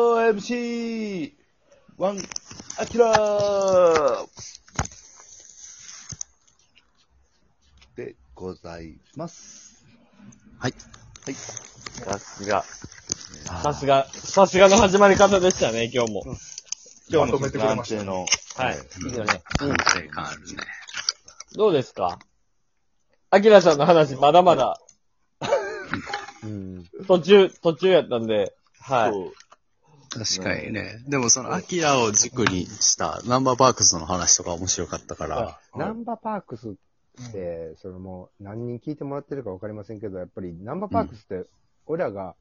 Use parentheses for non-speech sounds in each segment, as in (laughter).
4MC! ワン、アキラーでございます。はい。はい。さすが。ささすが、さすがの始まり方でしたね、今日も。今日の止めてくれましたの。はい。いいよね。安定感あるね。どうですかアキラさんの話、まだまだ、うん。途中、途中やったんで、はい。そう確かにね。でもその、アキラを軸にした、ナンバーパークスの話とか面白かったから、ナンバーパークスって、そのもう何人聞いてもらってるか分かりませんけど、やっぱりナンバーパークスって、俺らが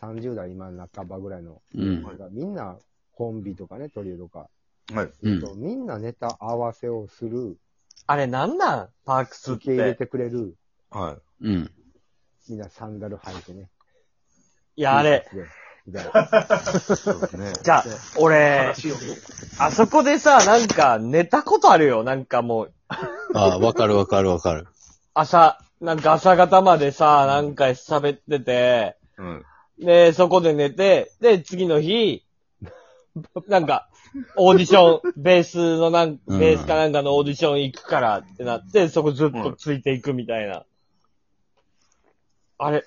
30代今半ばぐらいの、うんなんかみんなコンビとかね、トリオとか、はい。うん。みんなネタ合わせをする、あれなんなんパークスっ受け入れて。てくれる、はうん。みんなサンダル履いてね。いや、あれ。でみたいな。い。そうです (laughs) ね。じゃあ、俺、あそこでさ、なんか、寝たことあるよ。なんかもう、ああ、わかるわかるわかる。朝、なんか朝方までさ、なんか喋ってて、うん。で、そこで寝て、で、次の日、 (laughs) なんか、オーディ (laughs) ション、ベースのなん、うんベースかなんかのオーディション行くからってなって、そこずっとついていくみたいな。あれ、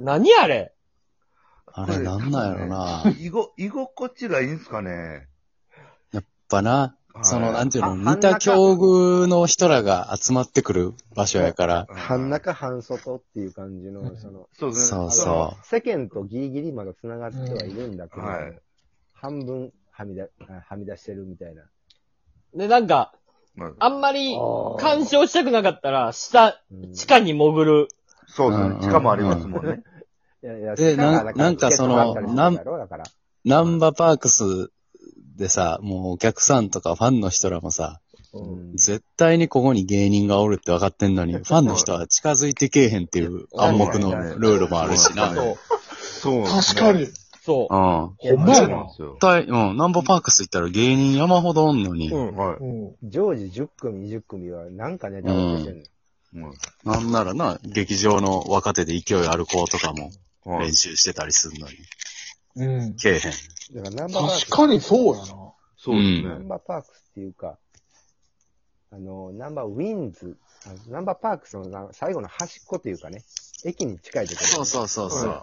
何あれあれなんなんやろな。やっ居ご、居心地がいいんすかねぱな、その、なんてていうあの、真ん似中た境遇の人らが集まってくる場所やから、半中半外っていう感じの、その、そうですね。そうあその世間とギリギリまだ繋がってはいるんだけど、はい半分はみ出、はみ出してるみたいな。で、なんか、まああんまりあー干渉したくなかったら、下、うん地下に潜る。そうですうね。ん地下もありますもんね。いやいやでだからなんなんかそのチケットがあったりするだろだからう。ナンバーパークスでさ、もうお客さんとかファンの人らもさ、うん絶対にここに芸人がおるって分かってんのに、ファンの人は近づいてけえへんっていう暗黙のルールもあるしな。そうそう。確か。に。そう。うん。ほんまそやうなんなで。すよ絶。対、うん、ナンバーパークス行ったら芸人山ほどおんのに、うん。はうん。常時10組、20組はなんかネタを出してんの。い。うんなんならな、劇場の若手で勢いある子とかもはい練習してたりするのに、うん。けえへん。だからナンバーパークス確、かにそうやな。そうですにナンね。バーパークスっていうか、あの、ナンバーウィンズ、あナンバーパークスのな最後の端っこというかね、駅に近いところ。そうそうそう。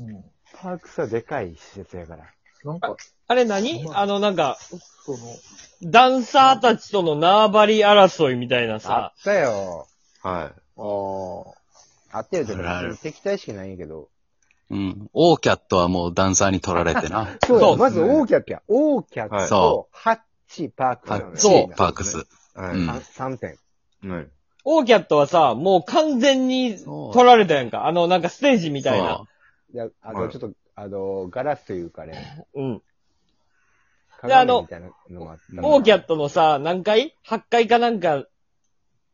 うん。パークスはでかい施設やから。なんか、あれ何あの、なんか、その、ダンサーたちとの縄張り争いみたいなあさ。ったよ。はああったよっていうあるあか、る別に敵対意識ないんやけど。うん。オーキャットはもうダンサーに取られてな。そうそうや、まずオーキャッキャ。オーキャはいッとハッチパークスパなーのよ。クスそうパークス。い。はうんい。 3点。はい。オーキャットはさ、もう完全に取られたやんか。あの、なんかステージみたいな。であはといちょっと、あの、ガラスというかね、うん。であ鏡のみたいなのもあったオーキャットのさ、何階 ?8 階かなんか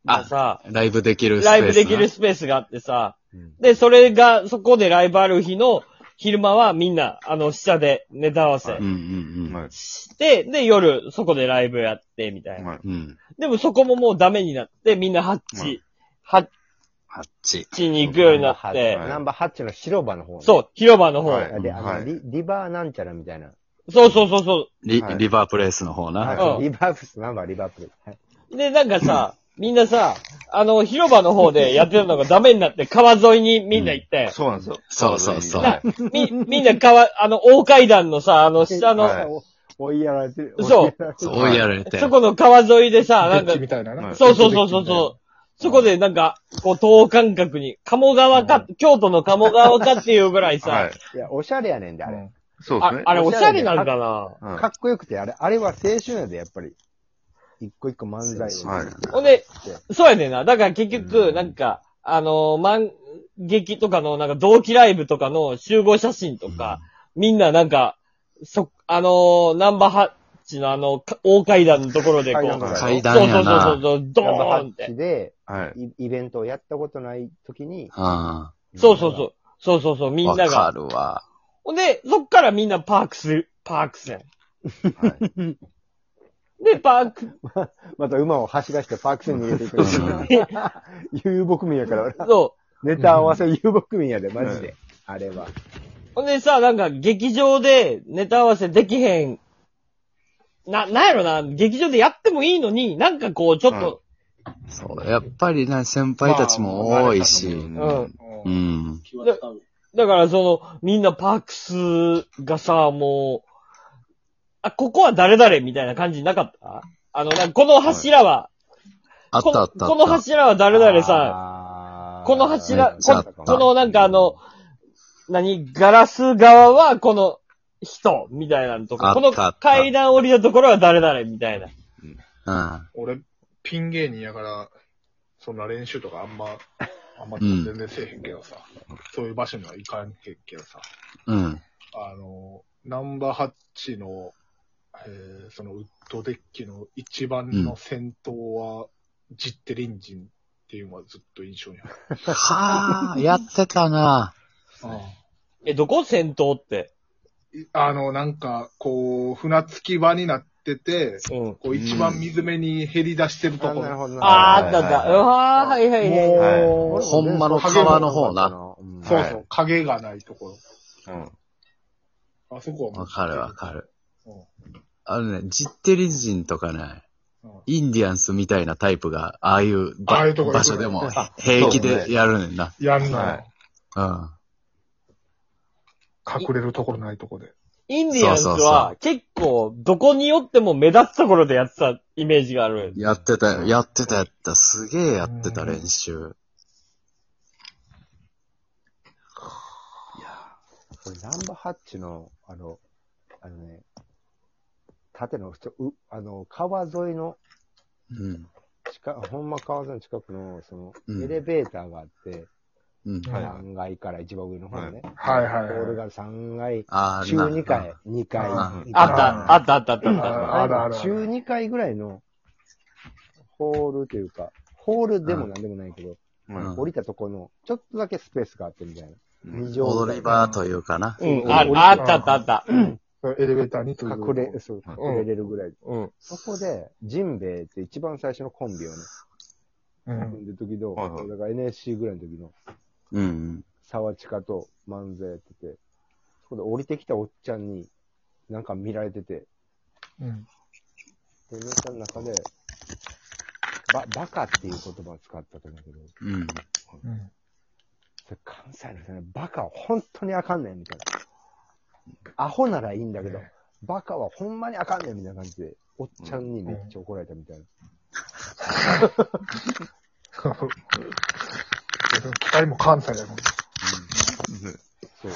のさ、ライブできるスペーラスイな。ブできるスペースがあってさ、うんで、それが、そこでライブある日の昼間はみんな、あの、下でネタ合わせうんうんはい。して、で、夜、そこでライブやって、みたいな。はい。うん。うん。でもそこももうダメになって、みんなハッはチ、ハッハッチ。チに行くようになっはて、いナンバーハッチの白場の方ね。そう、広場の方。はいで、あの、はいリリバーなんちゃらみたいな。そうそうそうそう。リ、はいリバープレイスの方な。はうい、んリバープス、ナンバーリバープル。はい、で、なんかさ、みんなさ、あの、広場の方でやってたのがダメになって、川沿いにみんな行って、そうなんですよ。そうそうそうはいみ、みんな川、あの、大階段のさ、あの、下の、はいお追いやられてる。そう追いやられてるそう追いやられて。そこの川沿いでさ、あ。デなんッかキ、みたいなはな。いそうそうそうそうデッそう。そこでなんか、こう、等間隔に、鴨川か、京都の鴨川かっていうぐらいさ、はい。いや、おしゃれやねんキで、あみたいな。れ。そうですあね。あれおしゃれなんかなうんかっこよくて、あれ、あれは青春やで、やっぱり。一個一個漫才を。はい。ほんで、そうやねんな。だから結局、なんか、あのー、漫劇とかの、なんか同期ライブとかの集合写真とか、みんななんか、そ、あのー、ナンバーハッチのあの、か大階段のところでこ階段う、の階そう段そやうそうな。そう、ドナンバーハーンっッて。チで、はい。イイベントをやったことないときに、あそうそうそう。そうそうそう、あ。みんわなかが。るわ。ほんで、そっからみんなパークス、パークスやん。はい。で、パーク、また馬を走らしてパークスに逃げていく。 (laughs) 遊牧民やから、そネタ合わせ遊牧民やで、マジで。あれは。ほんでさ、なんか劇場でネタ合わせできへん。な、なんやろな、劇場でやってもいいのに、なんかこう、ちょっと、そう、やっぱりな、先輩たちも多いし、まうん。ううん。ん。気は使う。だからその、みんなパークスがさ、もう、あ、ここは誰々みたいな感じなかったあの、なんかこの柱は、あっこたあったあこのった。柱は誰々さ、さこの柱ここのなんかあの、何ガラス側はこの人、みたいなのとあか、っこのたあった階段降りたところは誰々みたいな。うん。俺、ピン芸人やから、そんな練習とかあんま、あんま全然せえへんけどさ、そういう場所には行かんけんけどさ、うん。あの、ナンバー8の、えー、そのウッドデッキの一番の先頭は、ジッテリンジンっていうのはずっと印象にある。はあ、やってたな。え、どこ戦闘って。いあの、なんか、こう、船着き場になってて、うん。こう一番水辺に減り出してるとこなるろ。ほどなるほど。あーー、あったあった。はういわー、はいはいはい。も俺もほんまの川の方な。うんそうはいそう、影がないとこうん。ろ。あそこはもうわかるわかる。うんあのね、ジッテリ人とかねうん、インディアンスみたいなタイプが、ああいうばああいうとこ場所でもあ平気そうねでやるねんな。やんはないい。うん。隠れるところないとこで。インディアンスそうそうそは結構どこによっても目立つところでやってたイメージがある。やってたよ、やってたやった。すげえやってた練習。これナンバーハッチの、あの、あのね、縦の、ちょうあの、川沿いの、うん。近、ほんま川沿いの近くの、その、うんエレベーターがあって、うん。はい3階から一番上の方にね、はいホはいールはがい。3階、ああ、中2階、2あ、階一階あっうんた、あったあったあったあっうんた。ああるあるの中2階ぐらいの、ホールというか、ホールでもなんでもないけど、うん降りたとこの、ちょっとだけスペースがあってみたいな。二畳ぐ踊らいり場というかな。うん、ああったあったあった。エレベーターに続く隠れ、そう、うん隠れれるぐらい。うん。そこで、ジンベイって一番最初のコンビをね、うん。組んでる時の、はいはいだから NSC ぐらいの時の、うん。沢地下と漫才やってて、そこで降りてきたおっちゃんに、なんか見られてて、うん。で、ネタの中で、ば、バカっていう言葉を使ったと思うけど、うん。うん。それ関西の人ね、バカは本当にあかんねん、みたいな。アホならいいんだけど、バカはほんまにあかんねん、みたいな感じで、おっちゃんにめっちゃ怒られたみたいな。二人も関西やもん。そう。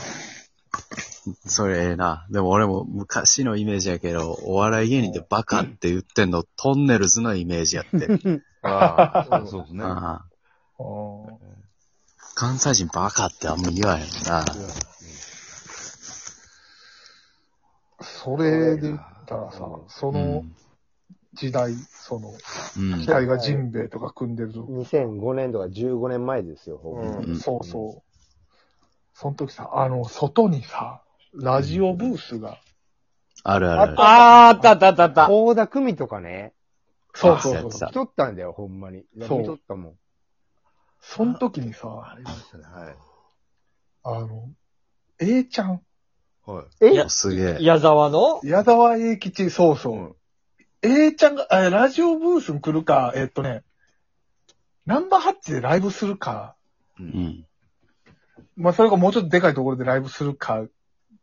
それええな。でも俺も昔のイメージやけど、お笑い芸人でバカって言ってんの、トンネルズのイメージやって。ああ、そうですね。あああ関西人バカってあんま言わへんな。あそれで言ったらさ、その時代、その、うん機。体がジンベエとか組んでるぞ。 2005年とか15年前ですよ、ほぼうん、そうそう。その時さ、あの、外にさ、ラジオブースが、あるある。あーあったあったあったあった。高田組とかね、そうそうあそそううや。来とったんだよ、ほんまに。見そうとったもん。その時にさあ、りましたね。はい。あの、A ちゃん、はい。おすげえ。矢沢の矢沢永吉、そうそう。A ちゃんが、えラジオブースに来るか、えっとね、ナンバーハッチでライブするか、うう。ん。まあ、それがもうちょっとでかいところでライブするか、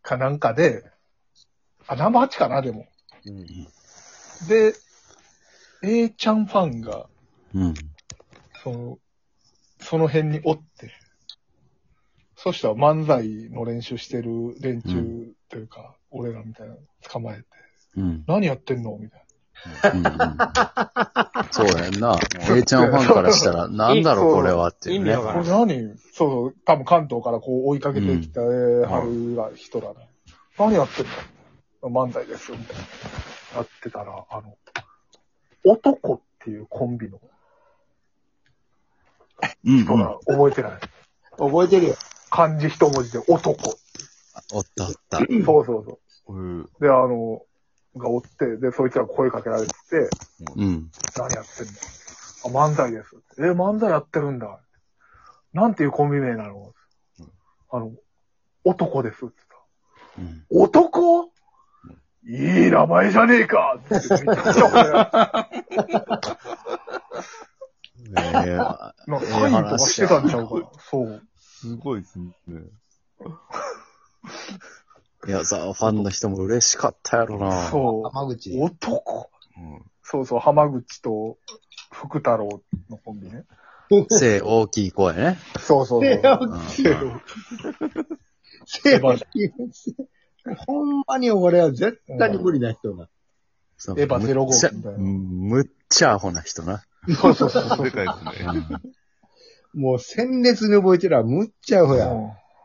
かなんかで、あ、ナンバーハッチかな、でも。うん。で、A ちゃんファンが、うん。その、その辺におって、そしたら漫才の練習してる連中というか、俺らみたいなの捕まえて、うん。何やってんのみたいうんそうやんな。A ちゃんファンからしたら、なんだろうこれはっていう意ね味。わな。かこらんれ何そうそう、多分関東からこう追いかけてきた、えー春が人らね。何やってんの漫才です、みたいな。やってたら、あの、男っていうコンビのうん。人うんが覚えてない。覚えてるよ。漢字一文字で男。おったおった。そうそうそう。うん。で、あの、がおって、で、そいつら声かけられてて、うん。何やってんのあ、漫才です。え、漫才やってるんだ。なんていうコンビ名なのあの、男ですって言ったうん男いい名前じゃねえ (laughs) かってめっちゃえー俺、なんかサインとかしてたんちゃうかな。そう。すごいですね。いや、ザ・ファンの人も嬉しかったやろな。そ浜口。う。男うんそうそう、浜口と福太郎のコンビね。背大きい声ね。そうそうせそう。やうんきいせやきいほんまに俺は絶対に無理な人が。そのエヴァむっちゃ05みたいなうんむっちゃアホな人な。そうそうそうそう。でかいですね。もう鮮烈に覚えてるわ。むっちゃアホや。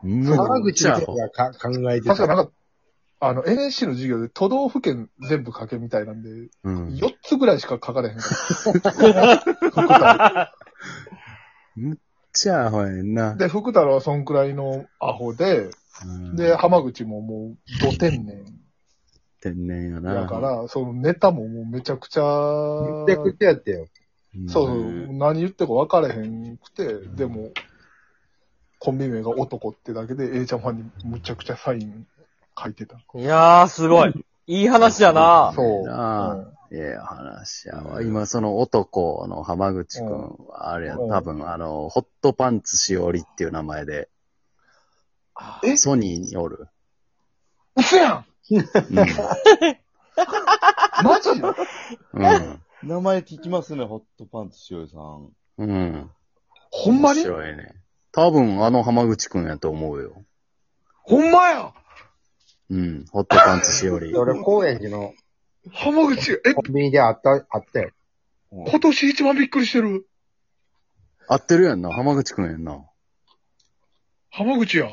む浜っ口ちゃのア人ホ。がか考えて確かた。なんか、あの、NSC の授業で都道府県全部書けみたいなんで、うん4つぐらいしか書かれへんかむっちゃアホやねんなら。。で、福太郎はそんくらいのアホで、うんで、浜口ももう、ど天然天然やな。だから、そのネタももうめちゃくちゃ、めちゃくちゃやったよ。うんそうそう、何言ってるか分かれへんくて、でも、コンビ名が男ってだけで、A ちゃんファンにむちゃくちゃサイン書いてた。いやー、すごい。いい話やな。そう。なあうんええ話やわ。今、その男の浜口くん、あれや、うん多分、あの、ホットパンツしおりっていう名前で、えソニーにお (laughs) る。嘘やんうん。マジうん。名前聞きますね、ホットパンツしおりさん。うん。ほんまに面白いね。多分、あの浜口くんやと思うよ。ほんまやうん。ホットパンツしおり。 (laughs) 俺、高円寺の浜口、え、コンビニであった、あったよ。今年一番びっくりしてる。合ってるやんな。浜口くんやんな。浜口や。